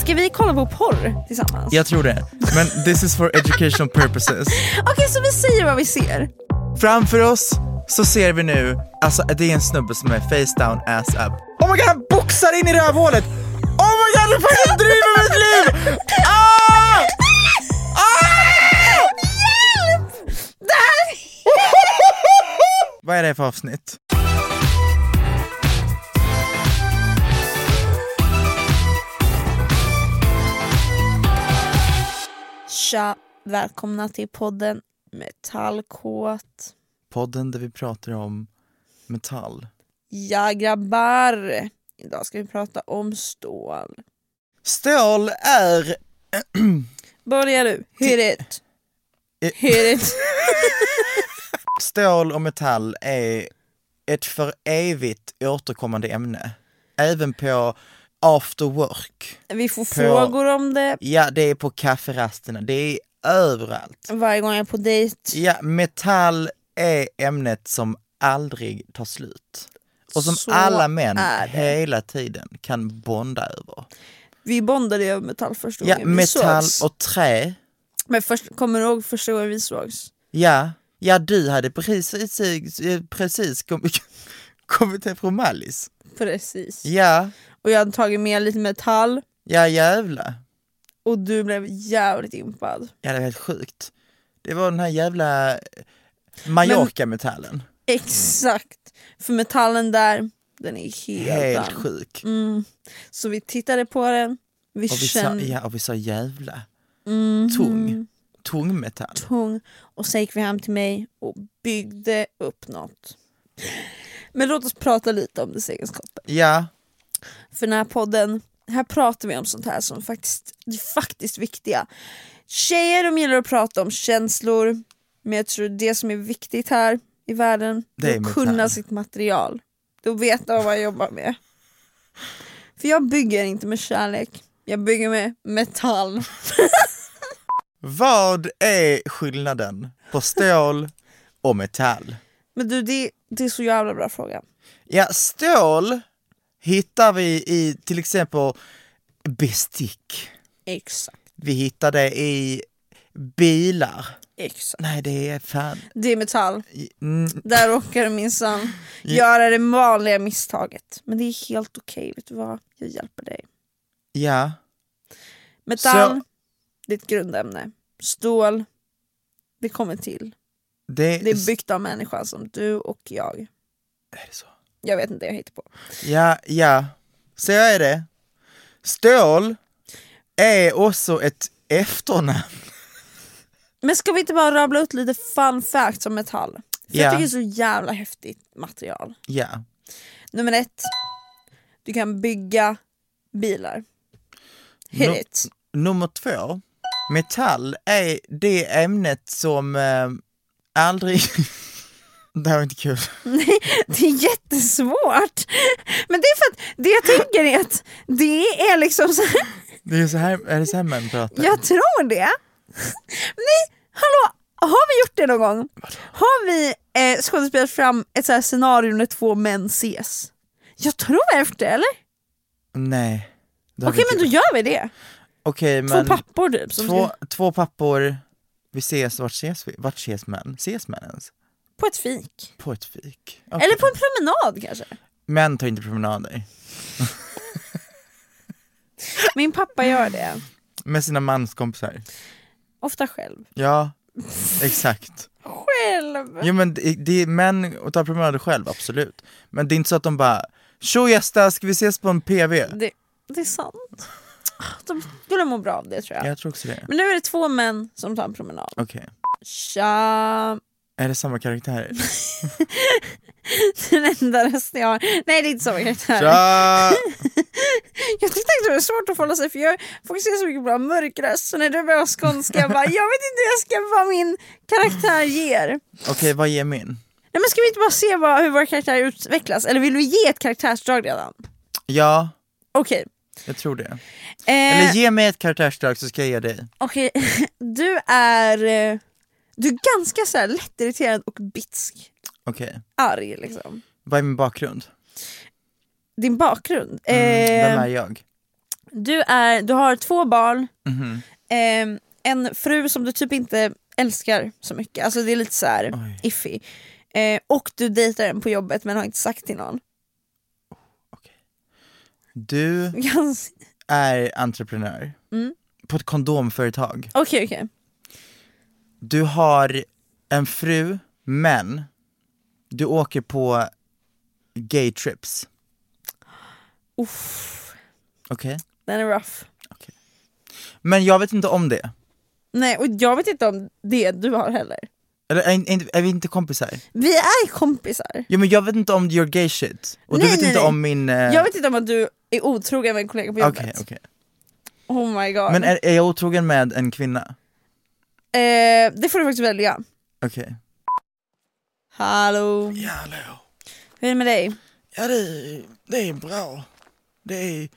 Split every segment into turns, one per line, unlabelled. Ska vi kolla på porr tillsammans?
Jag tror det. Men this is for educational purposes.
Okej, så vi säger vad vi ser.
Framför oss så ser vi nu, alltså det är en snubbe som är face down, ass up. Oh my god, han boxar in i rövhålet! Oh my god, vad händer i mitt liv? Ah! Ah!
Hjälp! Det här
Vad är det för avsnitt?
Tja, välkomna till podden Metallkåt.
Podden där vi pratar om metall.
Ja grabbar, idag ska vi prata om stål.
Stål är...
Börjar du, hit it.
Eh.
Hit it.
Stål och metall är ett för evigt återkommande ämne. Även på after work.
Vi får
På-
frågor om det
Ja, det är på kafferasterna, det är överallt.
varje gång jag är på dejt.
Ja, metall är ämnet som aldrig tar slut. Och som
Så
alla män
är det.
hela tiden kan bonda över.
Vi bondade ju över metall första
Ja,
gången vi
metall
sågs.
och trä.
Men först, kommer du ihåg första gången vi sågs?
Ja, ja du hade precis, eh, precis kom, kommit hem från Mallis.
Precis.
Ja,
Och jag hade tagit med lite metall
ja jävla.
och du blev jävligt impad.
Ja, det var helt sjukt. Det var den här jävla eh, Mallorca-metallen.
Exakt! För metallen där, den är helt,
Helt
annan.
sjuk.
Så vi tittade på den, vi,
Och vi, sa,
kände
ja, och vi sa jävla.
Mm.
Tung. Tungmetall.
tung och sen gick vi hem till mig och byggde upp något. Men låt oss prata lite om dess egenskaper.
Ja,
För den här podden, här pratar vi om sånt här som faktiskt, det är faktiskt viktiga. Tjejer de gillar att prata om känslor, men jag tror det som är viktigt här i världen,
Det
det är
är
att
metall.
kunna sitt material. Då vet man vad jag jobbar med. För jag bygger inte med kärlek, jag bygger med metall.
Vad är skillnaden på stål och metall?
Men du, det, det är så jävla bra fråga.
Ja, stål hittar vi i till exempel bestick.
Exakt.
Vi hittar det i bilar.
Exakt.
Nej, det är fan...
Det är metall.
Mm,
Där råkar du minsann göra det vanliga misstaget. Men det är helt okej, vet du vad? Jag hjälper dig.
ja,
Metall,
Så-
det är ett grundämne. Stål, det kommer till.
det,
Det är byggt av människan som du och jag.
Är det så?
Jag vet inte, jag hittar på.
Ja, ja. Så är det. Stål är också ett efternamn.
Men ska vi inte bara rabbla ut lite fun facts om metall? För
Ja.
jag tycker det är så jävla häftigt material.
Ja.
Nummer ett, du kan bygga bilar. Hit
No-
it.
Nummer två, metall är det ämnet som eh, aldrig... Det här var inte kul.
Nej, det är jättesvårt. Men det är för att det jag tänker är att det är liksom så här,
Det är, så här, är det så här män pratar?
jag tror det. Nej, hallå, har vi gjort det någon gång? Har vi eh, skådespelat fram ett så här scenario när två män ses? Jag tror vi har gjort det, eller?
Nej. det har vi
Okej,
inte
men då
gjort.
gör vi det.
Okej,
Två
men
pappor typ. Som
två,
ska,
två pappor, vi ses, vart ses vi? Vart ses män? Ses män ens?
på ett fik.
På ett fik?
Eller på en promenad kanske.
Män tar inte promenader.
Min pappa gör det.
Med sina manskompisar.
Ofta själv.
Ja, exakt.
Själv!
Jo men det, det är män och tar promenader själv, absolut. Men det är inte så att de bara Tjo Gösta, ska vi ses på en PV?
Det, det är sant. De skulle må bra av det tror jag.
Jag tror också det.
Men nu är det två män som tar en promenad.
Okej,
Tja!
är det samma karaktärer?
Den enda rösten jag har. Nej det är inte så karaktär.
Tja!
Jag tyckte att det var svårt att förhålla sig för jag fokuserar så mycket på att ha mörk röst så när du börjar skånska jag bara jag vet inte jag ska, vad min karaktär ger.
Okej, vad ger min?
Nej men ska vi inte bara se vad, hur vår karaktär utvecklas? Eller vill vi ge ett karaktärsdrag redan?
Ja,
Okej.
jag tror det.
Eh,
Eller ge mig ett karaktärsdrag så ska jag ge dig.
Okej, du är eh, Du är ganska så här lättirriterad och bitsk.
Okej,
Arg liksom.
vad är min bakgrund?
Din bakgrund.
Mm, vem
Eh,
är jag?
du, är, du har två barn,
Mhm.
eh, en fru som du typ inte älskar så mycket. Alltså det är lite så här
Oj.
iffy. Eh, och du dejtar en på jobbet men har inte sagt till någon.
Du
Gans-
är entreprenör
Mm.
på ett kondomföretag.
Okej okej.
Du har en fru, men du åker på gaytrips.
Uff,
Okej?
Den är rough.
Men jag vet inte om det.
Nej och jag vet inte om det du har heller.
Eller är, är, är vi inte kompisar?
Vi är kompisar.
Jo men jag vet inte om your gay shit. Och
Nej,
du vet
nej,
inte
nej.
om min... eh,
Jag vet inte om att du är otrogen med en kollega på jobbet.
Okej, okej.
Oh my god.
Men är, är jag otrogen med en kvinna?
Eh, det får du faktiskt välja.
Okej.
Hallå,
Ja, hallå.
hur är det med dig?
Ja det, det är bra. Det är,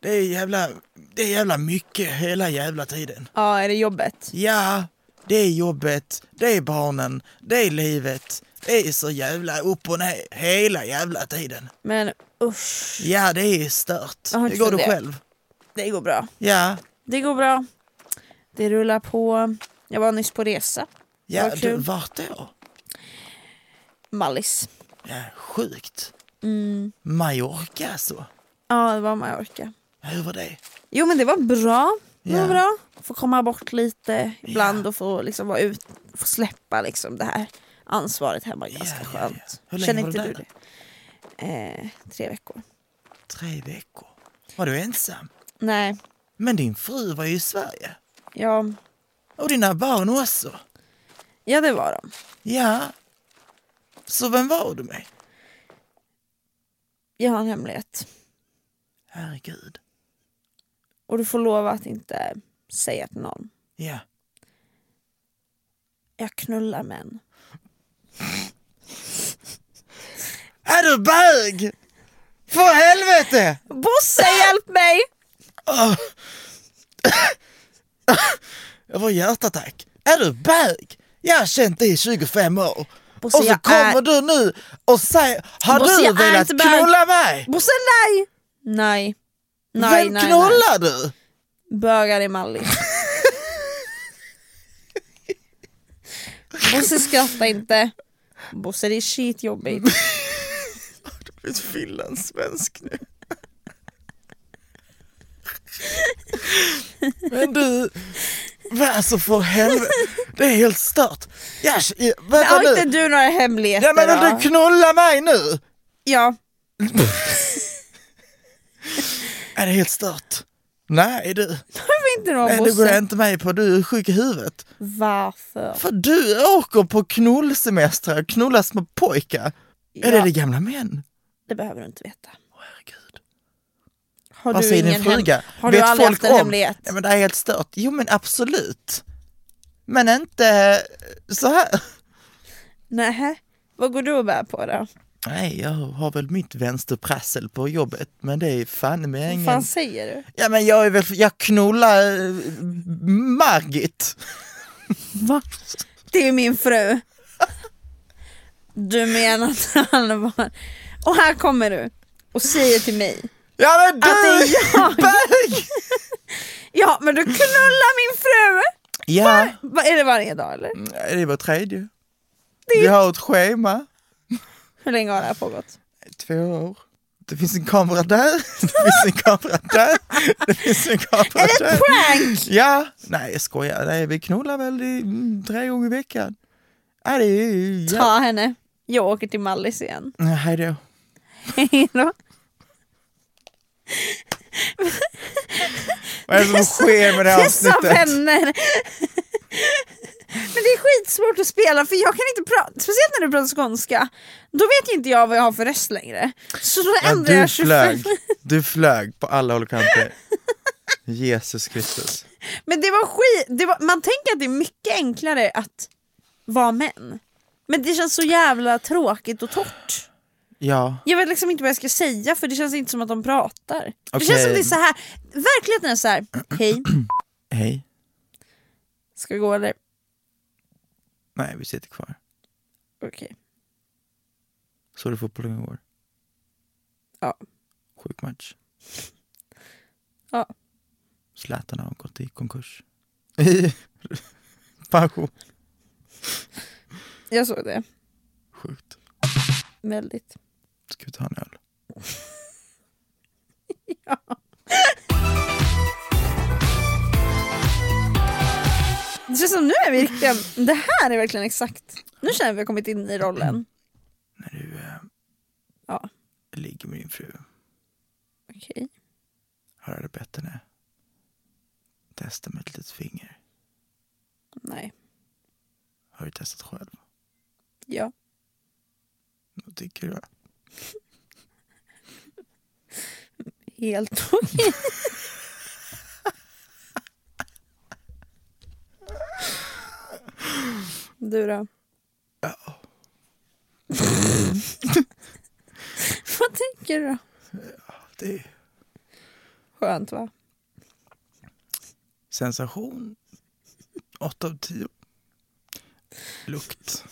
det är jävla, det är jävla mycket hela jävla tiden.
Ja, är det jobbet?
Ja, det är jobbet, det är barnen, det är livet. Det är så jävla upp och ner hela jävla tiden.
Men usch,
Ja, det är stört.
Jag har
Det
inte
går du
funderat.
själv.
det går bra.
Ja,
Det går bra. Det rullar på. Jag var nyss på resa.
ja
Vad kul.
du, vart då?
Mallis.
Ja, sjukt.
Mm.
Mallorca alltså.
Ja, det var Mallorca.
Hur var det?
Jo men det var bra. Det
Ja.
var bra. Få komma bort lite ibland och få liksom vara ut, få släppa liksom det här ansvaret hemma. Ganska
ja, ja.
skönt.
Hur länge
Känner
var du
inte du
där
det? Eh, tre veckor.
Tre veckor. Var du ensam?
Nej,
Men din fru var ju i Sverige.
ja,
Och dina barn också.
ja det var de.
Ja. Så vem var du med?
Jag har en hemlighet.
Herregud.
Och du får lova att inte säga till någon.
Ja.
Jag knullar män.
Är du bög? För helvete!
Bosse hjälp mig!
Jag får hjärtattack. Är du bög? Jag har känt dig i 25 år.
Bosse,
och så
jag
kommer
är-
du nu och säger, har
Bosse,
du
jag är
velat
inte bög.
knulla mig?
Bosse nej! Nej. Nej, nej,
vem
nej.
knullar du?
Bögar i Mallis. Bosse skratta inte. Bosse det är skitjobbigt.
blivit finlandssvensk nu. Men du, vad alltså för helvete, det är helt stört. Jag, jag, vänta
Har inte
nu,
du några hemligheter
ja, men
då?
vill du knulla mig nu?
Ja.
Är det helt stört? Nej du,
Varför inte då
Nej, det går jag
Bosse?
inte med på, du är sjuk i huvudet.
Varför?
För du åker på knullsemestrar och knullar små pojkar. Är det
Ja.
det gamla män?
Det behöver du inte veta.
Åh, herregud.
Har
Vad
du
säger Alltså, din
ingen hem-
fruga?
Har du aldrig haft en hemlighet?
Nej, men det här är helt stört. Jo men absolut. Men inte så eh, här.
Nähä. Vad går du och bär på då?
Nej, jag har väl mitt vänsterprassel på jobbet, men det är fan med
Vad
ingen...
fan säger du?
Ja, men jag är väl... Jag knullar eh, Margit. Va?
Det är min fru. Du menar att han var... Och här kommer du och säger till mig.
Ja, men du!
Att det är jag.
Bög!
Ja men du knullar min fru!
Ja,
Va, är det varje dag eller?
det är vår tredje. Vi har ett schema.
Hur länge har det här pågått?
Två år. Det finns en kamera där, det finns en kamera där, det finns en kamera
Är det
där.
ett prank?
Ja! Nej jag skojar, Nej, vi knullar väl i, mm, tre gånger i veckan. Ja, det är ju... Ja.
Ta henne. Jag åker till Mallis igen.
Ja, Hej då.
Hejdå.
Vad är det som sker med det här
Dessa
avsnittet?
vänner. Men det är skitsvårt att spela för jag kan inte prata, speciellt när du pratar skånska. Då vet inte jag vad jag har för röst längre. Så då
Ja,
ändrar
du
jag 25.
flög, du flög på alla håll och kanter. Jesus Kristus.
Men det var skit, det var, man tänker att det är mycket enklare att vara män. Men det känns så jävla tråkigt och torrt.
Ja,
Jag vet liksom inte vad jag ska säga för det känns inte som att de pratar. Det
Okej.
känns som det är så här. verkligheten är så här. hej,
hej.
ska vi gå eller?
Nej, vi sitter kvar.
Okej.
Såg du fotbollen igår?
Ja.
Sjuk match.
Ja.
Zlatan har gått i konkurs. I pension.
Jag såg det.
Sjukt.
Väldigt.
Ska vi ta en öl?
Det känns som nu är vi riktiga, det här är verkligen exakt, nu känner jag att vi har kommit in i rollen.
När du eh,
Ja,
ligger med din fru,
okej.
har du bett henne testa med ett litet finger?
Nej.
Har du testat själv?
Ja.
Vad tycker du?
Helt okej. Du då? Vad tänker du då?
Det är
Skönt va?
sensation. 8 av 10. Lukt.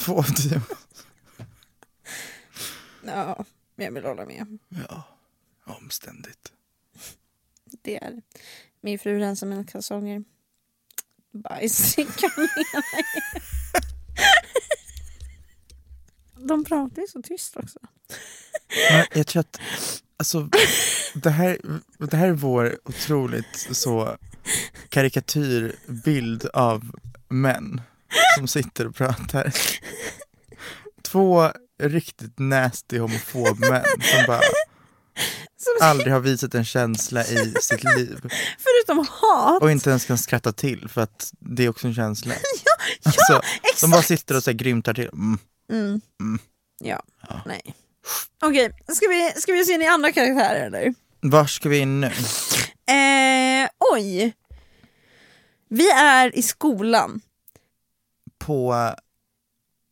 2 av 10.
Ja, men jag vill hålla med.
Ja, omständigt.
Det är min fru rensar mina kalsonger. Bajs i kanelen. De pratar ju så tyst också.
Men jag tror att, alltså, det här, det här är vår otroligt så karikatyrbild av män som sitter och pratar. Två riktigt nasty homofob män som bara
Som-
aldrig har visat en känsla i sitt liv
Förutom hat.
och inte ens kan skratta till för att det är också en känsla.
Ja,
Alltså,
exakt.
de bara sitter och så här grymtar till. Mm.
Ja, nej. Okej, ska vi, ska vi se in i andra karaktärer eller?
Var ska vi in nu?
Eh, oj! Vi är i skolan.
På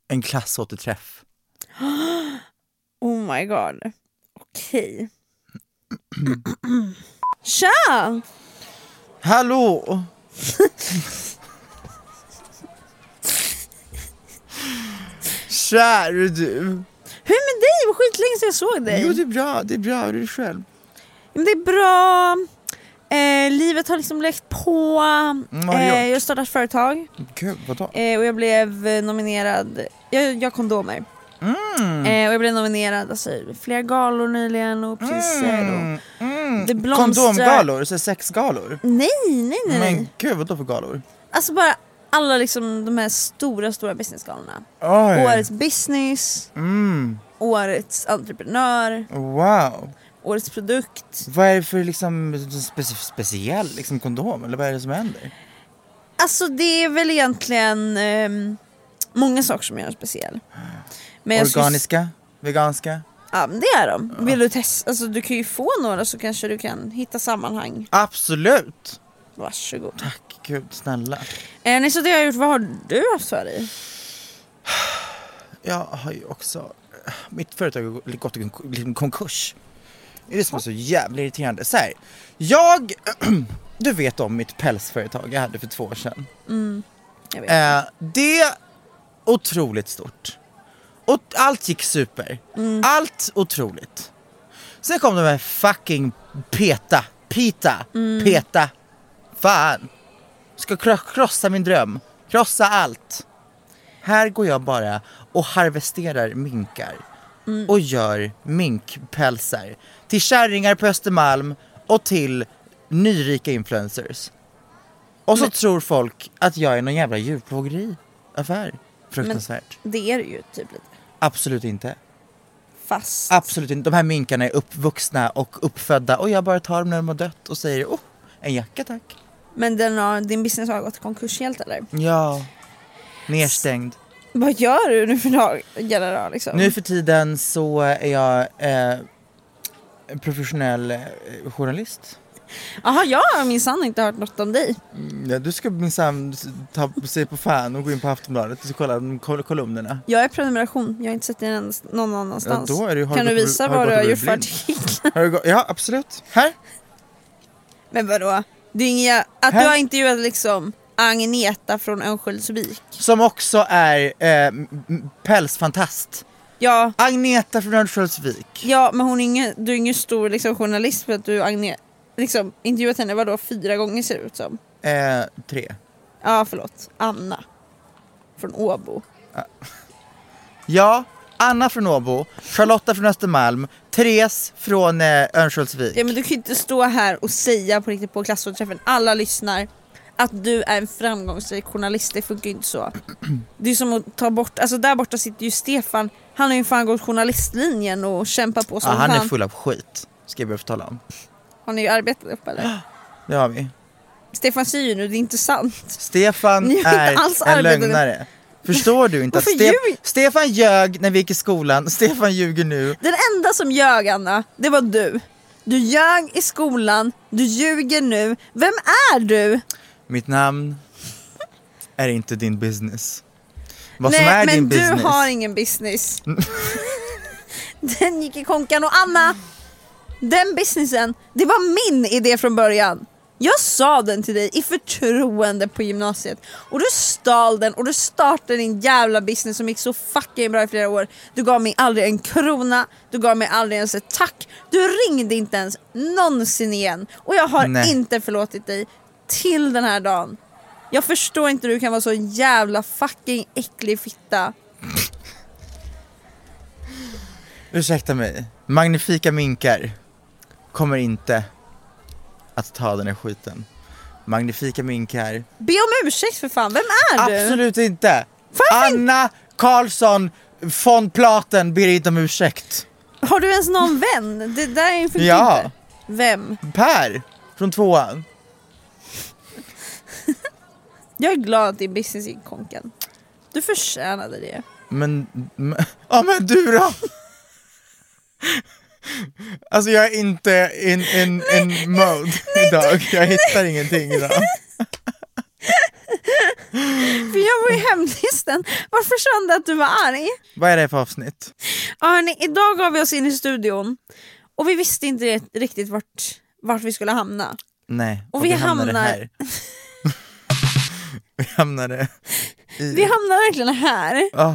en klassåterträff.
Oh my god. Okej. Tja!
Hallå! Kär du!
Hur är det med dig? Det var skitlänge sedan jag såg
Jo,
dig.
det är bra, det är bra. Hur är du själv?
Men det är bra. Eh, livet har liksom läckt på.
Mm, har du
Eh, jag har
gjort?
startat företag
Gud, vadå?
eh, och jag blev nominerad. Jag jag har kondomer.
Mm.
Eh, och jag blev nominerad alltså, i flera galor nyligen och priser. Och... Det blomstrar-
Mm. Kondomgalor? Så här sexgalor?
Nej, nej, nej. nej.
Men gud, vadå för galor?
Alltså bara alla liksom de här stora, stora businessgalorna.
Oj!
Årets business,
Mm.
årets entreprenör,
Wow!
årets produkt.
Vad är det för liksom speci- speciell liksom, kondom? Eller vad är det som händer?
Alltså det är väl egentligen ehm, många saker som gör den speciell. Men jag skulle-
Organiska? Veganska?
Ja men det är de. Vill du testa? Alltså du kan ju få några så kanske du kan hitta sammanhang.
Absolut!
Varsågod.
Tack gud, snälla.
Eh, nej så det har jag gjort. Vad har du haft för dig?
jag har ju också, mitt företag har gått i konk- liksom konkurs. Det är det som är så jävla irriterande. Så här, jag, du vet om mitt pälsföretag jag hade för två år sedan.
Mm, Jag vet.
Eh, det, otroligt stort. Och allt gick super.
Mm.
Allt otroligt. Sen kom de här fucking PETA, PITA,
Mm.
PETA. Fan. Ska kro- krossa min dröm. Krossa allt. Här går jag bara och harvesterar minkar. Och gör minkpälsar. Till kärringar på Östermalm och till nyrika influencers. Och så tror folk att jag är någon jävla djurplågeriaffär. Fruktansvärt.
Det är det ju typ lite.
Absolut inte.
Fast.
Absolut inte. De här minkarna är uppvuxna och uppfödda och jag bara tar dem när de har dött och säger oh, en jacka tack.
Men den har, din business har gått i konkurs helt eller?
Ja. Nerstängd.
Vad gör du nu för dagarna då liksom?
Nu för tiden så är jag eh, professionell eh, journalist.
Jaha, jag har minsann inte hört något om dig.
Mm, Ja, du ska minsann ta sig på fan och gå in på Aftonbladet och kolla de kol- kolumnerna.
Jag är prenumeration, jag har inte sett dig en- någon annanstans.
Ja, då är det ju- har
kan
du
du
gått-
visa
har du
vad
gått
du har
och
gjort
blivit
för
blind?
artiklar?
Har du gå- ja, absolut. Här.
Men vadå? Det är inga, att
Här.
du har intervjuat liksom Agneta från Örnsköldsvik.
Som också är eh, m- m- pälsfantast.
Ja,
Agneta från Örnsköldsvik.
ja men hon är ingen, du är ingen stor liksom, journalist för att du Agne, liksom, intervjuat henne vadå, fyra gånger ser det ut som.
Eh, tre.
Ja förlåt, Anna. Från Åbo.
Ja, Anna från Åbo, Charlotta från Östermalm, Therese från eh, Örnsköldsvik.
Ja men du kan ju inte stå här och säga på riktigt på klassrådsträffen, alla lyssnar, att du är en framgångsrik journalist, det funkar ju inte så. Det är som att ta bort, alltså där borta sitter ju Stefan, han har ju fan gått journalistlinjen och kämpat på
Ja,
som
han är
fan.
full av skit. Ska jag börja få tala om.
Har ni ju arbetat ihop eller?
Det har vi.
Stefan säger ju nu, det är inte sant.
Stefan
Ni har inte
är
alls
en
arbetat-
lögnare. Förstår du inte att
Varför
Ste-
ljug-
Stefan ljög när vi gick i skolan, Stefan ljuger nu.
Den enda som ljög Anna, det var du. Du ljög i skolan, du ljuger nu. Vem är du?
Mitt namn är inte din business. Vad
Nej
som är
men
din
du
business.
har ingen business. den gick i konkan och Anna, den businessen, det var min idé från början. Jag sa den till dig i förtroende på gymnasiet och du stal den och du startade din jävla business som gick så fucking bra i flera år. Du gav mig aldrig en krona, du gav mig aldrig ens ett tack, du ringde inte ens någonsin igen och jag har
Nej.
inte förlåtit dig till den här dagen. Jag förstår inte hur du kan vara så jävla fucking äcklig fitta.
Ursäkta mig, magnifika minkar kommer inte att ta den här skiten. Magnifika minkar,
Be om ursäkt för fan, vem är du?
absolut inte!
Varför
Anna Karlsson von Platen ber inte om ursäkt.
Har du ens någon vän? Det där är ju
Ja.
inte. Vem?
Per från tvåan.
Jag är glad att din business gick i konken. Du förtjänade det.
Men, men, ja men du då? Alltså jag är inte in, in, in mode idag, jag hittar ingenting idag.
För jag var ju hemlisten. Varför kände att du var arg?
Vad är det för avsnitt?
Ja, hörni, idag gav vi oss in i studion och vi visste inte ret- riktigt vart, vart vi skulle hamna.
Nej,
Och vi hamnar-
här. vi hamnade i...
Vi hamnade verkligen här.
Ah.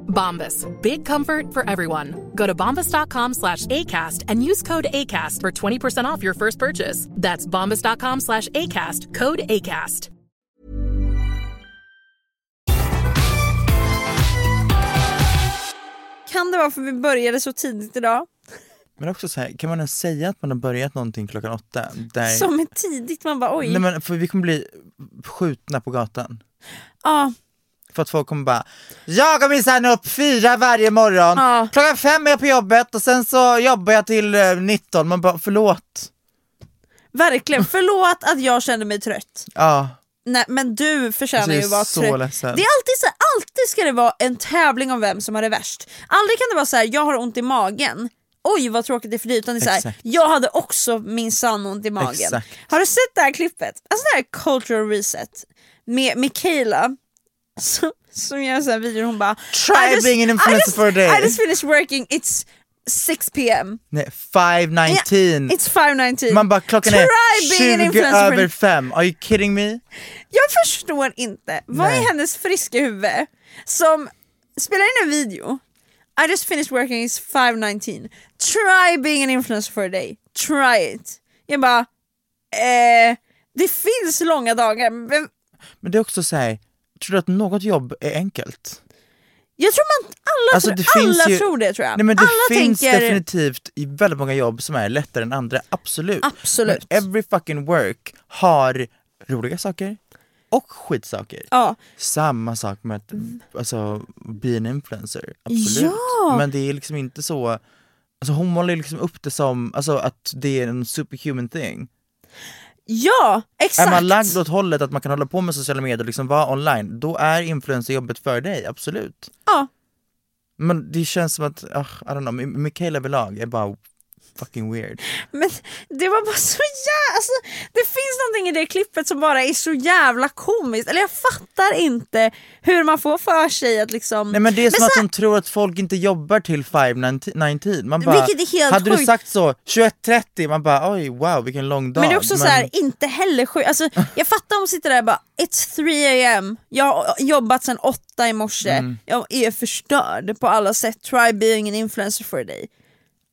Bombas, big comfort for everyone. Go to bombas.com slash ACAST and use code ACAST for 20% off your first purchase. That's bombas.com slash ACAST, code ACAST.
Kan det vara för vi började så tidigt idag?
Men också så här, kan man ens säga att man har börjat någonting klockan åtta? Där...
Som är tidigt, man bara oj.
Nej men för vi kommer bli skjutna på gatan.
Ja,
För att folk kommer bara, jag går minsann upp fyra varje morgon,
Ja.
klockan fem är jag på jobbet och sen så jobbar jag till eh, 19. Man bara, förlåt.
verkligen. Förlåt att jag kände mig trött.
Ja,
Nej, men du förtjänar
Alltså, jag
ju
är
att vara
så
trött.
ledsen.
Det är alltid så alltid ska det vara en tävling om vem som har det värst. Aldrig kan det vara så här, jag har ont i magen. Oj vad tråkigt det är för dig. Utan det är så här,
Exakt.
jag hade också min sann ont i magen.
Exakt.
Har du sett det här klippet? Alltså det här är cultural reset med Mikaela som, som gör en sån här video hon bara
Try
"I just-
being an
I
influencer
just-
for a day."
I just finished working, it's 6 pm.
nej 5.19.
It's 5.19.
Man bara, klockan
Try being an
är 20
influencer for a
över fem. Are you kidding me?
Jag förstår inte. Vad
Nej.
är hennes friska huvud som spelar in en video? I just finished working, it's 5.19. Try being an influencer for a day. Try it. Jag bara, eh, det finns långa dagar. Men
Men det är också så här, tror du att något jobb är enkelt?
jag tror man, alla,
Alltså,
tror,
det finns
alla
ju-
tror det tror jag.
Nej men det
alla
finns
tänker,
definitivt i väldigt många jobb som är lättare än andra, absolut.
Absolut.
Men every fucking work har roliga saker och skitsaker.
ja,
Samma sak med att alltså, bli en influencer, absolut.
Mm. Ja.
Men det är liksom inte så, alltså hon målar ju liksom upp det som alltså, att det är en superhuman thing.
ja, exakt.
Är man lagd åt hållet att man kan hålla på med sociala medier och liksom vara online, då är influencerjobbet för dig, absolut.
ja.
Men det känns som att, ah, I don't know, Mi- Mikaela överlag är bara fucking weird.
Men det var bara så jävla... Alltså, det finns någonting i det klippet som bara är så jävla komiskt. Eller jag fattar inte hur man får för sig att liksom...
Nej men det är som
så
att
här-
de tror att folk inte jobbar till 5.19, man bara,
Vilket är helt
hade du
sjukt.
sagt så 21.30, man bara oj wow vilken lång dag.
men det är också så här, inte heller sjukt. Alltså, jag fattar om hon sitter där och bara “It's 3 am, jag har jobbat sedan 8 i morse,
Mm.
jag är förstörd på alla sätt, try being an influencer for a day”.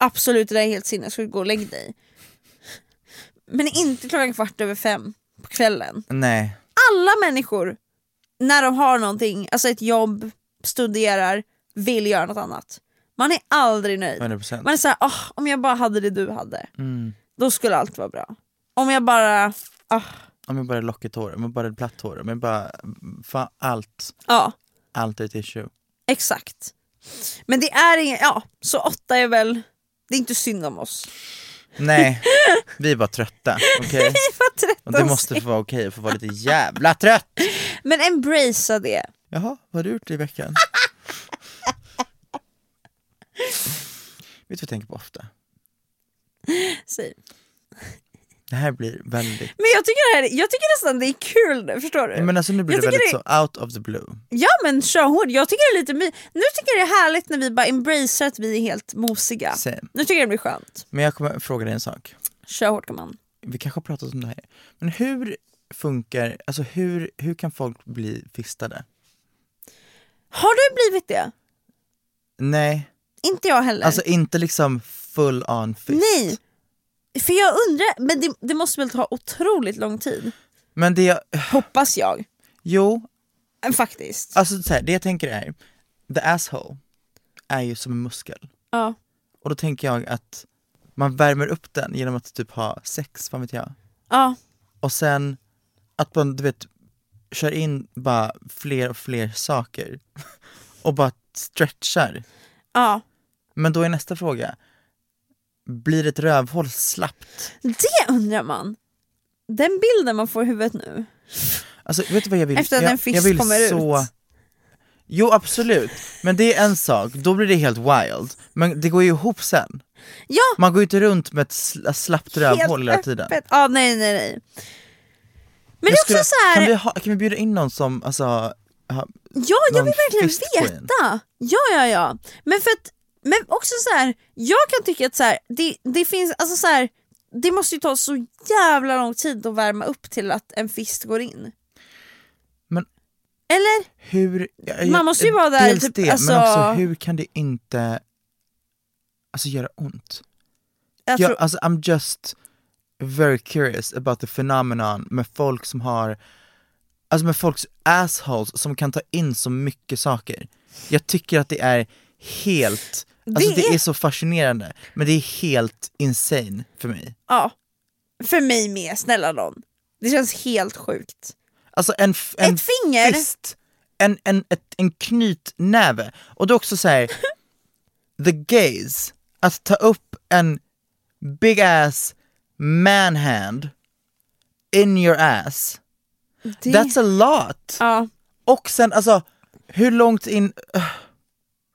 Absolut, det där är helt sinnessjukt, gå och lägg dig. Men inte klockan kvart över fem på kvällen.
Nej,
alla människor när de har någonting, alltså ett jobb, studerar, vill göra något annat. Man är aldrig nöjd.
100%.
Man är såhär, "Ah, om jag bara hade det du hade,
Mm.
då skulle allt vara bra. Om jag bara, ah,
om jag bara hade lockigt hår, om jag bara hade platt hår, om jag bara, fan allt,
ja,
allt är ett issue.
exakt. Men det är ingen, ja, så åtta är väl, det är inte synd om oss.
Nej, vi är bara trötta, okej?
Vad
Och
tretton
det måste
säger.
få vara okej att få vara lite jävla trött!
Men embracea det.
Jaha, vad har du gjort i veckan? Vet du vad jag tänker på ofta?
säger-
Det här blir väldigt...
Men jag tycker, det här, jag tycker nästan det är kul nu, förstår du?
Nej, Men alltså nu blir
Jag
det väldigt
tycker
så out of the blue.
Ja men kör hård, jag tycker det är lite my- Nu tycker jag det är härligt när vi bara embracear att vi är helt mosiga.
Same.
Nu tycker jag det blir skönt.
Men jag kommer fråga dig en sak.
Kör hårt gumman.
Vi kanske har pratat om det här. Men hur funkar, alltså hur, hur kan folk bli fistade?
Har du blivit det?
Nej,
Inte jag heller.
alltså inte liksom full on fist.
Nej! För jag undrar, men det, det måste väl ta otroligt lång tid?
Men det jag,
Hoppas jag.
jo,
Eh, Faktiskt.
alltså så här, det jag tänker är, the asshole är ju som en muskel.
Ja.
Och då tänker jag att man värmer upp den genom att typ ha sex, vad vet jag.
Ja.
Och sen att man du vet kör in bara fler och fler saker och bara stretchar.
ja.
Men då är nästa fråga, blir ett rövhål slappt?
Det undrar man. Den bilden man får i huvudet nu.
Alltså vet du vad jag vill?
Efter att
jag,
en fisk
jag vill
kommer
så,
ut.
Jo absolut, men det är en sak, då blir det helt wild. Men det går ju ihop sen.
Ja!
Man går ju inte runt med ett sl- slappt rövhål hela tiden.
öppet. Ja, nej, nej, nej. Men, det är
skulle-
också så här,
kan, vi ha, kan vi bjuda in någon som, alltså, ha,
ja, jag
någon
vill verkligen
fist queen?
veta. Ja, ja, ja. Men för att, men också så här, jag kan tycka att så här, det, det finns, alltså så här, det måste ju ta så jävla lång tid att värma upp till att en fist går in.
Men-
Eller?
hur, jag-
Man måste ju vara där,
Dels
typ,
det,
alltså-
men också hur kan det inte, alltså göra ont?
Jag
Jag,
tror,
alltså, I'm just very curious about the phenomenon med folk som har, alltså med folks assholes som kan ta in så mycket saker. Jag tycker att det är helt, alltså
Det
det, är...
är-
så fascinerande, men det är helt insane för mig.
ja. För mig med, snälla nån. Det känns helt sjukt.
Alltså en, f- en
Ett finger?
fist, en, en, ett, en knytnäve, och det är också såhär, the gaze, att ta upp en big ass man hand in your ass
Det,
That's a lot!
ja.
Och sen alltså, hur långt in... Ugh.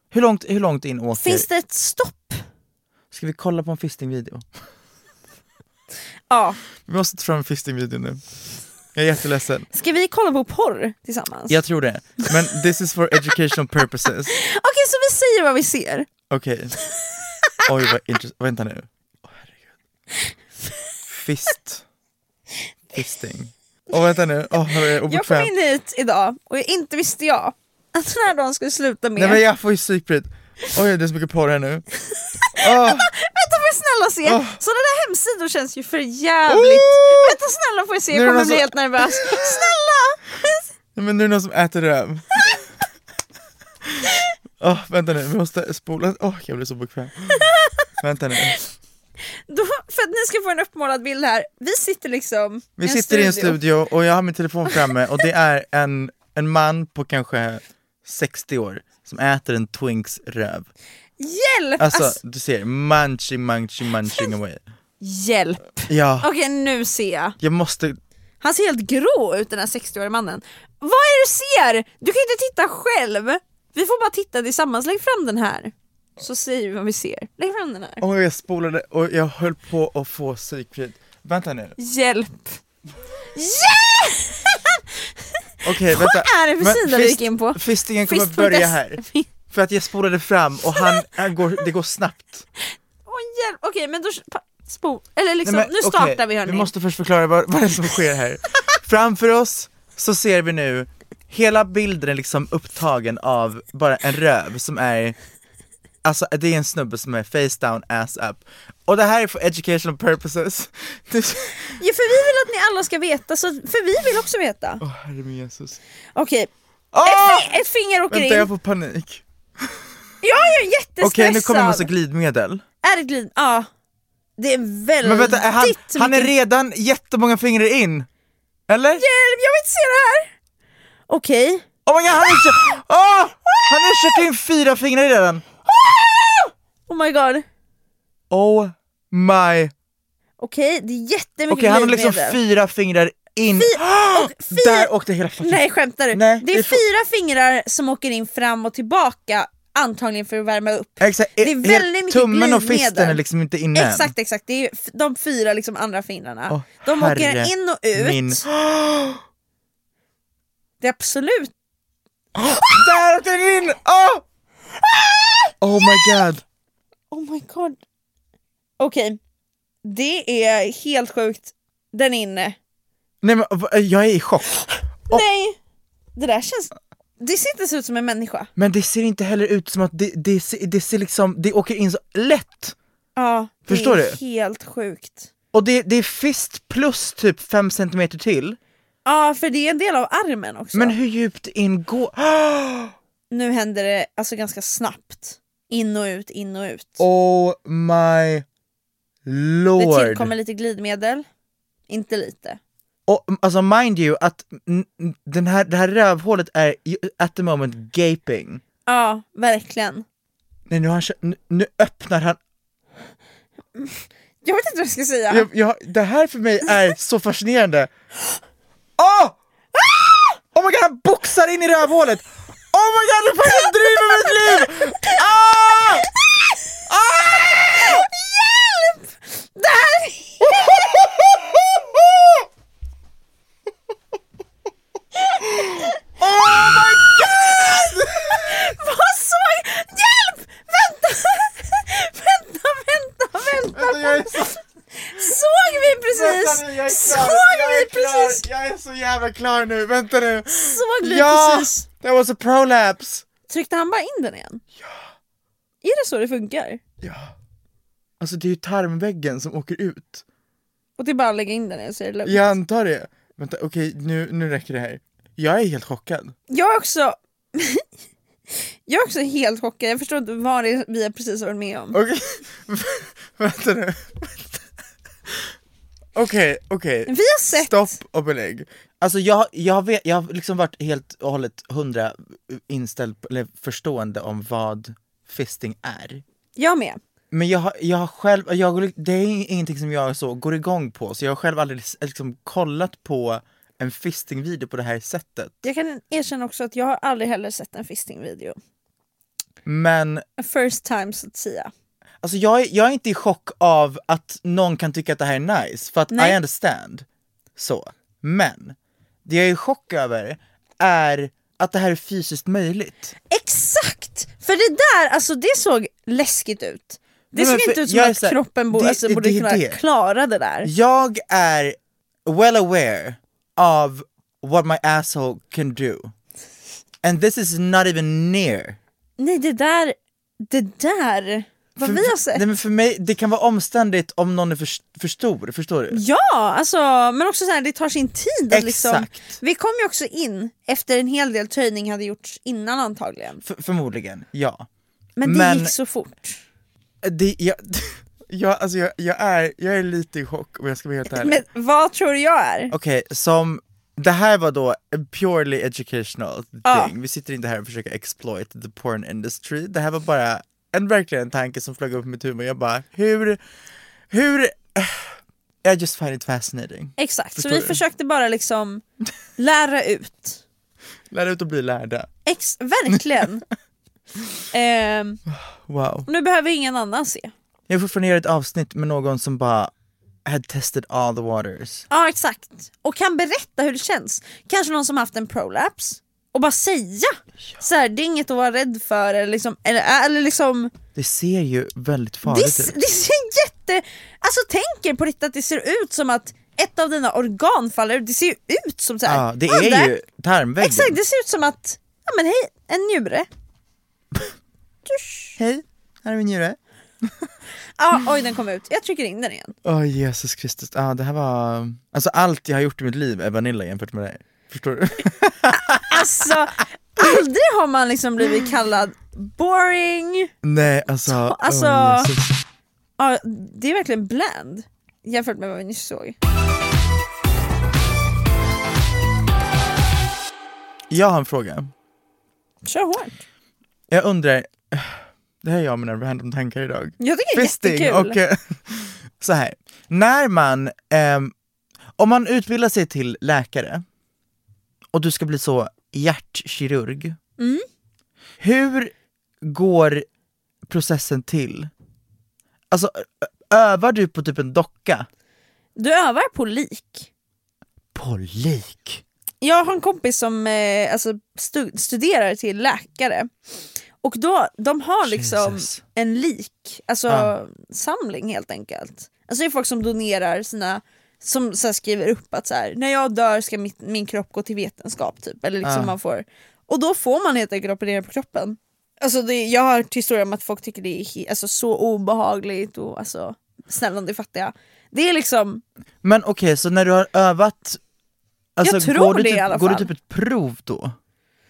Hur långt, hur långt in åker...
Finns det ett stopp?
Ska vi kolla på en fisting-video?
Ja.
Vi måste ta fram en fisting-video nu. Jag är jätteledsen.
Ska vi kolla på porr tillsammans?
Jag tror det. Men this is for educational purposes.
Okej, så vi säger vad vi ser.
Okej. Oj, vad intressant. Vänta nu. Åh, herregud. Fist. Fisting. Åh, vänta nu. Åh, jag är
Jag kom
obekväm.
in hit idag och inte visste jag att den här dagen skulle sluta med...
Nej men jag får ju psykbryt. Oj, det är så mycket porr här nu. Åh.
Vänta får jag snälla se?
Åh.
Sådana där hemsidor känns ju för jävligt.
Åh.
Vänta snälla får jag se,
Nu är
jag kommer
det någon
bli
som-
helt nervös. Snälla!
Nej, men nu är det någon som äter röv. Åh, vänta nu, vi måste spola. Åh, jag blir så bekväm. Vänta nu.
Då, för att ni ska få en uppmålad bild här. Vi sitter liksom
Vi sitter i en studio och jag har min telefon framme och det är en, en man på kanske 60 år som äter en Twinks röv.
Hjälp!
Alltså,
Alltså,
du ser, munchy, munchy, munching away.
hjälp!
Ja,
Okej, nu ser jag.
jag måste...
Han ser helt grå ut den här 60-årige mannen. Vad är det du ser? Du kan ju inte titta själv! Vi får bara titta tillsammans, lägg fram den här. Så säger vi vad vi ser. Lägg fram den här.
Åh, jag spolade och jag höll på att få psykbryt. Vänta nu.
Hjälp! Hjälp!
Okej,
Vad
vänta.
är det för
Men
sida vi
fist-
gick in på?
Fistingen kommer
Fist.se.
börja här. För att jag spolade fram och han, han går, det går snabbt.
Åh hjälp! Okej men då... pa- Spol. Eller liksom,
Nej, men,
nu
okej,
startar vi hörni.
Vi måste först förklara vad, vad det är som sker här. Framför oss så ser vi nu, hela bilden är liksom upptagen av bara en röv som är, alltså det är en snubbe som är face down, ass up. Och det här är for educational purposes. Det-
Ja, för vi vill att ni alla ska veta, så, för vi vill också veta.
Åh herre min Jesus.
Okej,
Åh!
ett, fi- ett finger åker
Ah! Vänta jag
in.
får panik.
Jag är
Okej
jättestressad.
nu kommer en massa glidmedel.
Är det glid? Ja. Det är väldigt
Men vänta, är han, han är
mycket-
redan jättemånga fingrar in. Eller?
Hjälp, jag vill inte se det här! Okej.
Oh my god, han har kö- Åh! Han har kört in fyra fingrar i den!
Oh my god.
Oh my...
Okej, det är jättemycket
Okej, han har liksom
glidmedel.
fyra fingrar in...
Fy- och fy-
Där åkte hela fucking...
Nej, skämtar du?
Nej,
det är
det är fo-
fyra fingrar som åker in fram och tillbaka, antagligen för att värma upp.
Exakt,
det är väldigt mycket
Tummen och
glidmedel.
fisten är liksom inte inne än.
Exakt, exakt. Det är f- de fyra liksom andra fingrarna.
Åh,
de
herre
åker in och ut.
Min...
Det är absolut.
Där åkte den in! Oh! oh my god.
Oh my god. Okej, det är helt sjukt. Den är inne.
Nej men v- jag är i chock.
Nej! Det där känns... Det ser inte så ut som en människa.
Men det ser inte heller ut som att det, det, ser, det ser liksom, det åker in så lätt.
Ja, det
Förstår
är
du?
helt sjukt.
Och det, det är fist plus typ fem centimeter till.
Ja, för det är en del av armen också.
Men hur djupt in går... Ah!
Nu händer det alltså ganska snabbt. In och ut, in och ut.
Oh my
det
lord!
tillkommer lite glidmedel. Inte lite.
Och, mm, alltså mind you att mm, mm, den här, det här rövhålet är ju- at the moment gaping.
Ja, verkligen.
Nej, nu, har han, kö- nu, nu öppnar han...
Jag vet inte vad jag ska säga.
Jag, jag, det här för mig är så Ah! fascinerande. Åh! Oh! my god, han boxar in i rövhålet! Åh Oh my god, du fucking driver med mitt liv! Ah! Ah!
Hjälp! Det här
Oh my god!
Vad såg... Hjälp! Vänta! Vänta, vänta, vänta!
Vänta, jag är så...
Såg vi precis?
Vänta nu, jag är klar.
Såg
jag
vi
är klar.
precis?
Jag är så jävla klar nu, vänta nu.
Såg vi
ja!
precis?
That was a prolapse.
Tryckte han bara in den igen? Ja. Är det så det funkar?
Ja. Alltså det är ju tarmväggen som åker ut.
Och det är bara att lägga in den igen så är det lugnt.
Jag antar det. Vänta, okej nu, nu räcker det här. Jag är helt chockad.
Jag är också... jag är också helt chockad, jag förstår inte vad det är vi har precis varit med om.
Okej, vänta nu. Okej, okej.
Vi har sett...
Stopp och belägg. Alltså jag, jag, vet, jag har liksom varit helt och hållet hundra inställd på- eller förstående om vad fisting är.
Jag med.
Men jag, har- jag har själv, jag, går- det är ingenting som jag så går igång på, så jag har själv aldrig s- liksom kollat på en fisting-video på det här sättet.
Jag kan erkänna också att jag har aldrig heller sett en fisting-video.
Men
A first time så att säga.
alltså jag, är- jag är inte i chock av att någon kan tycka att det här är nice, för att
Nej.
I understand. Så. Men, det jag är i chock över är att det här är fysiskt möjligt.
Exakt! För det där, alltså det såg läskigt ut. Det
Nej,
såg
men
inte
för
ut som
jag är
att
så här,
kroppen borde,
det-
alltså,
det-
borde
det är
kunna
det. Mm.
klara det där.
Jag är well aware of what my asshole can do. And this is not even near.
Nej det där, det där, vad
För-
vi har sett.
Nej, men för mig, det kan vara omständigt om någon är för, för stor, förstår du?
Ja, alltså, men också så här, det tar sin tid. Att liksom,
Exakt.
vi kom ju också in efter en hel del töjning hade gjorts innan antagligen.
F- förmodligen, ja.
Men det
Men-
gick så fort.
Det, jag, jag, alltså jag, jag, är, jag är lite i chock om jag ska vara helt ärlig.
Men vad tror du jag är?
Okej, som, det här var då a purely educational thing.
Ja.
Vi sitter inte här och försöker exploit the porn industry. Det här var bara en verkligen en tanke som flög upp i mitt huvud. Jag bara, hur, hur, I just find it fascinating.
Exakt,
Förstår
så vi
du?
försökte bara liksom lära ut.
Lär ut och bli lärda.
Ex verkligen. Ehm,
Wow.
nu behöver ingen annan se.
Jag vill fortfarande göra ett avsnitt med någon som bara had tested all the waters.
Ja exakt. Och kan berätta hur det känns. Kanske någon som haft en prolaps. Och bara säga. Så här, det är inget att vara rädd för. Eller liksom, eller, eller liksom
Det ser ju väldigt
det,
farligt
s-
ut.
det ser jätte... Alltså tänk er på riktigt att det ser ut som att ett av dina organ faller ut. Det ser ju ut som så här.
Ja, det
Ja,
är ju tarmväggen.
Exakt, det ser ut som att, ja men hej, en njure.
Hej, här är min njure.
Ja, oj den kom ut. Jag trycker in den igen.
Åh Jesus Kristus, ah, det här var... Alltså allt jag har gjort i mitt liv är vanilla jämfört med det här. Förstår du?
Alltså, aldrig har man liksom blivit kallad boring,
Nej alltså...
alltså-
åh, Jesus.
ja, det är verkligen bland jämfört med vad vi nyss såg.
Jag har en fråga.
Kör hårt.
Jag undrar, det här är jag och mina random tankar idag.
Jag tycker det är
Fisting
jättekul.
och eh, så här. När man, ehm, om man utbildar sig till läkare och du ska bli så hjärtkirurg, hur går processen till? Alltså ö- övar du på typ en docka?
Du övar på lik.
På lik?
Jag har en kompis som eh, alltså, stu- studerar till läkare. Och då, de har liksom
Jesus.
en lik, alltså
Ja.
samling helt enkelt. Alltså det är folk som donerar sina, som så här, skriver upp att så här, när jag dör ska mitt, min kropp gå till vetenskap typ. Eller liksom
Ja.
man får, och då får man helt enkelt operera på kroppen. Alltså det, jag har hört historier om att folk tycker det är he- alltså, så obehagligt och alltså, snälla det fattar jag. Det är liksom,
Men okej, så när du har övat, alltså,
Jag tror
går, du
det
typ,
i alla
går du
fall.
typ ett prov då?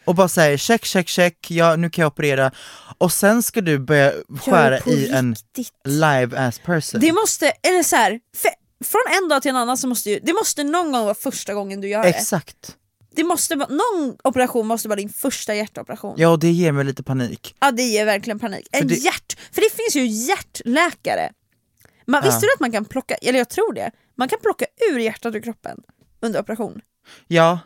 Och bara säger check, check, check, ja nu kan jag operera. Och sen ska du börja skära
på
i en
riktigt.
live ass person.
Det måste, eller så här, för, från en dag till en annan så måste ju, det måste någon gång vara första gången du gör det.
Exakt.
det måste vara, någon operation måste vara din första hjärtoperation. Ja,
Ja, och det ger mig lite panik.
det ger verkligen panik. En
det-
hjärt, för det finns ju hjärtläkare. Man, Visste du att man kan plocka, eller jag tror det, man kan plocka ur hjärtat ur kroppen under operation.
Ja,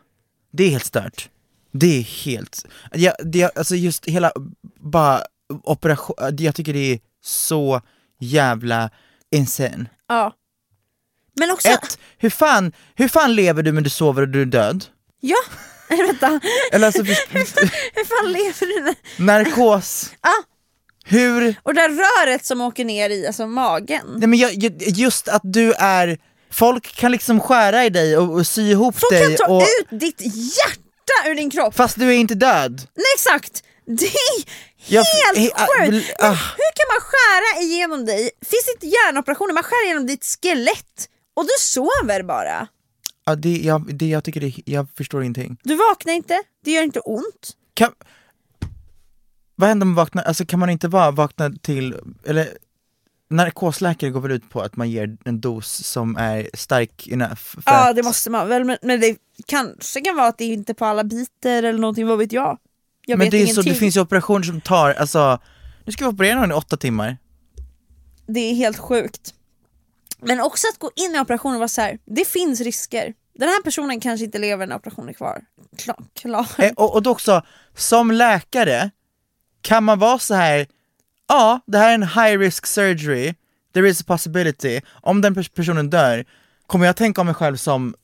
det är helt stört. Det är helt, ja, det, alltså just hela, bara operation, jag tycker det är så jävla insane.
Ja. Men också...
Ett, hur fan, hur fan lever du men du sover och du är död?
Ja! Vänta.
Eller alltså,
Hur fan lever du? när-
narkos.
Ah.
Hur
Och det där röret som åker ner i alltså magen.
Nej men jag, ju- just att du är, folk kan liksom skära i dig och, och sy ihop
Folk kan
dig
ta
och,
ut ditt hjärta ur din kropp.
fast du är inte död.
Nej exakt! Det är
Jag-
helt
he- ah, bl-
sjukt! Men
ah.
Hur kan man skära igenom dig? Finns inte hjärnoperationer? Man skär igenom ditt skelett och du sover bara.
Ja, det, jag, det, jag, tycker det, jag förstår ingenting.
Du vaknar inte, det gör inte ont.
Kan, vad händer om man vaknar, alltså kan man inte bara vakna till, eller narkosläkare går väl ut på att man ger en dos som är stark enough för
Ja
att,
Ah, det måste man väl, men, men det kanske kan vara att det inte är på alla biter eller någonting, vad vet jag? Jag
Men
vet
det är så,
ingenting.
det finns ju operationer som tar, alltså, nu ska vi operera någon i åtta timmar.
Det är helt sjukt. Men också att gå in i operationen och vara så här. det finns risker. Den här personen kanske inte lever när operationen är kvar. Klar. klar.
Eh, Och, och då också, som läkare, kan man vara så här, ja, det här är en high risk surgery, there is a possibility, om den pers- personen dör, kommer jag tänka om mig själv som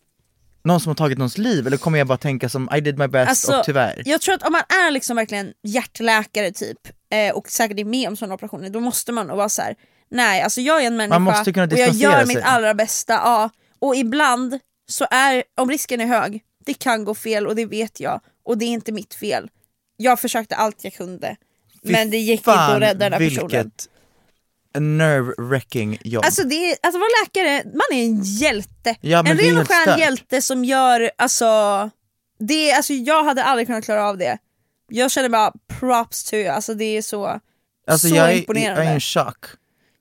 någon som har tagit någons liv, eller kommer jag bara tänka som I did my best och tyvärr?
Alltså, Jag tror att om man är liksom verkligen hjärtläkare typ eh, och säkert är med om sådana operationer då måste man nog vara så här. nej alltså jag är en människa
måste kunna
och jag
distansera
gör
sig.
mitt allra bästa. Ja. Och ibland så är, om risken är hög, det kan gå fel och det vet jag och det är inte mitt fel. Jag försökte allt jag kunde men det gick inte att rädda den här
vilket
personen.
nerve wrecking jobb.
Alltså det är, att vara läkare, man är en hjälte.
Ja, men
en
det är
ren och
helt
skär
stört.
hjälte som gör, alltså, det, är- alltså jag hade aldrig kunnat klara av det. Jag känner bara props to you, alltså det är så,
alltså
så
jag, är, jag
imponerande.
är en chock.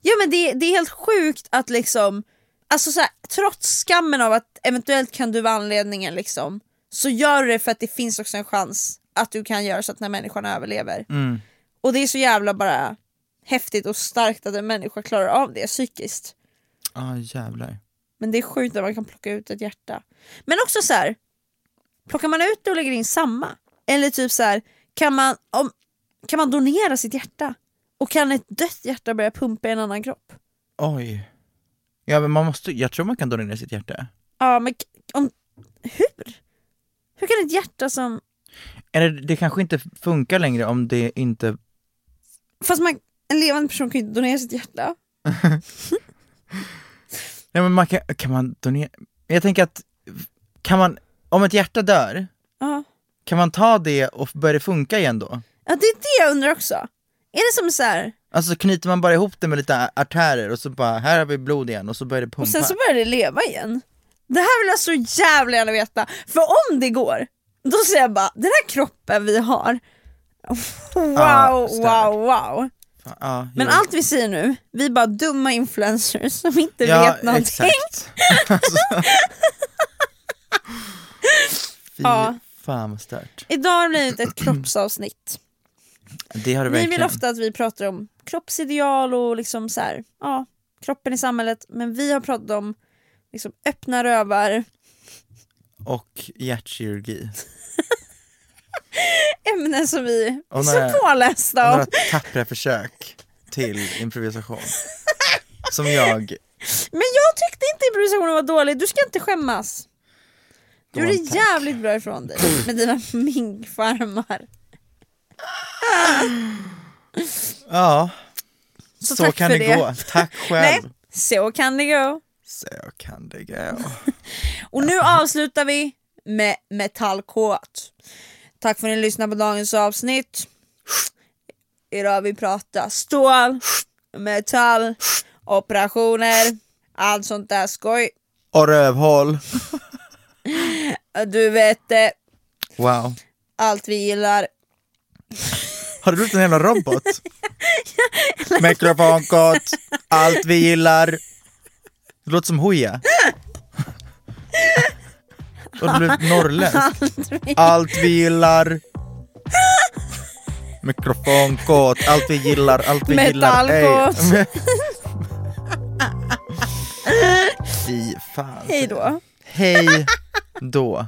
Ja men det, det är helt sjukt att liksom, alltså så här, trots skammen av att eventuellt kan du vara anledningen liksom, så gör du det för att det finns också en chans att du kan göra så att den här människan överlever.
Mm.
Och det är så jävla bara häftigt och starkt att en människa klarar av det psykiskt.
Ja Ah, jävlar.
Men det är sjukt att man kan plocka ut ett hjärta. Men också så här. plockar man ut det och lägger in samma? Eller typ så här, kan man, om, kan man donera sitt hjärta? Och kan ett dött hjärta börja pumpa i en annan kropp?
Oj. Ja men man måste, jag tror man kan donera sitt hjärta.
Ja, men k- om, hur? Hur kan ett hjärta som...
Eller det kanske inte funkar längre om det inte...
Fast man, en levande person kan ju inte donera sitt hjärta.
Nej men man kan, kan man donera... Jag tänker att, kan man, om ett hjärta dör,
Ja.
kan man ta det och börja funka igen då?
ja, det är det jag undrar också. Är det som så här,
Alltså knyter man bara ihop det med lite artärer och så bara, här har vi blod igen och så börjar det pumpa.
och sen så börjar det leva igen? Det här vill jag så jävla gärna veta. För om det går, då säger jag bara, den här kroppen vi har, Wow,
Ja, störd.
wow, wow.
Fan, ja,
Men
jo.
allt vi säger nu, vi är bara dumma influencers som inte
ja,
vet någonting.
Exakt. alltså. Fy
Ja.
fan vad stört.
Idag har det blivit ett kroppsavsnitt.
Det har du
Ni
verkligen.
vill ofta att vi pratar om kroppsideal och liksom så här, ja, kroppen i samhället, men vi har pratat om liksom öppna rövar,
Och hjärtkirurgi.
ämnen som vi är
Och
så
några- Och
pålästa om.
några tappra försök till improvisation. Som jag
Men jag tyckte inte improvisationen var dålig, du ska inte skämmas. Du
Gå
gjorde
on, tack.
jävligt bra ifrån dig med dina minkfarmar.
Ja, så,
tack
kan
för
det,
det.
gå. Tack
Nej,
själv.
så kan det gå.
Så kan det gå.
Och nu avslutar vi med Metallkåt. Tack för att ni lyssnade på dagens avsnitt. Idag har vi pratat stål, metall, operationer, allt sånt där skoj.
Och rövhål.
Du vet eh,
Wow.
allt vi gillar.
Har du blivit en jävla robot? Mikrofonkort, allt vi gillar. Det låter som Hooja. Och du blev norrländsk. Allt vi gillar. Mikrofonkort, allt vi gillar, allt vi gillar.
Metallkåt.
Hej. Fy fan.
Hej då.
Hej då.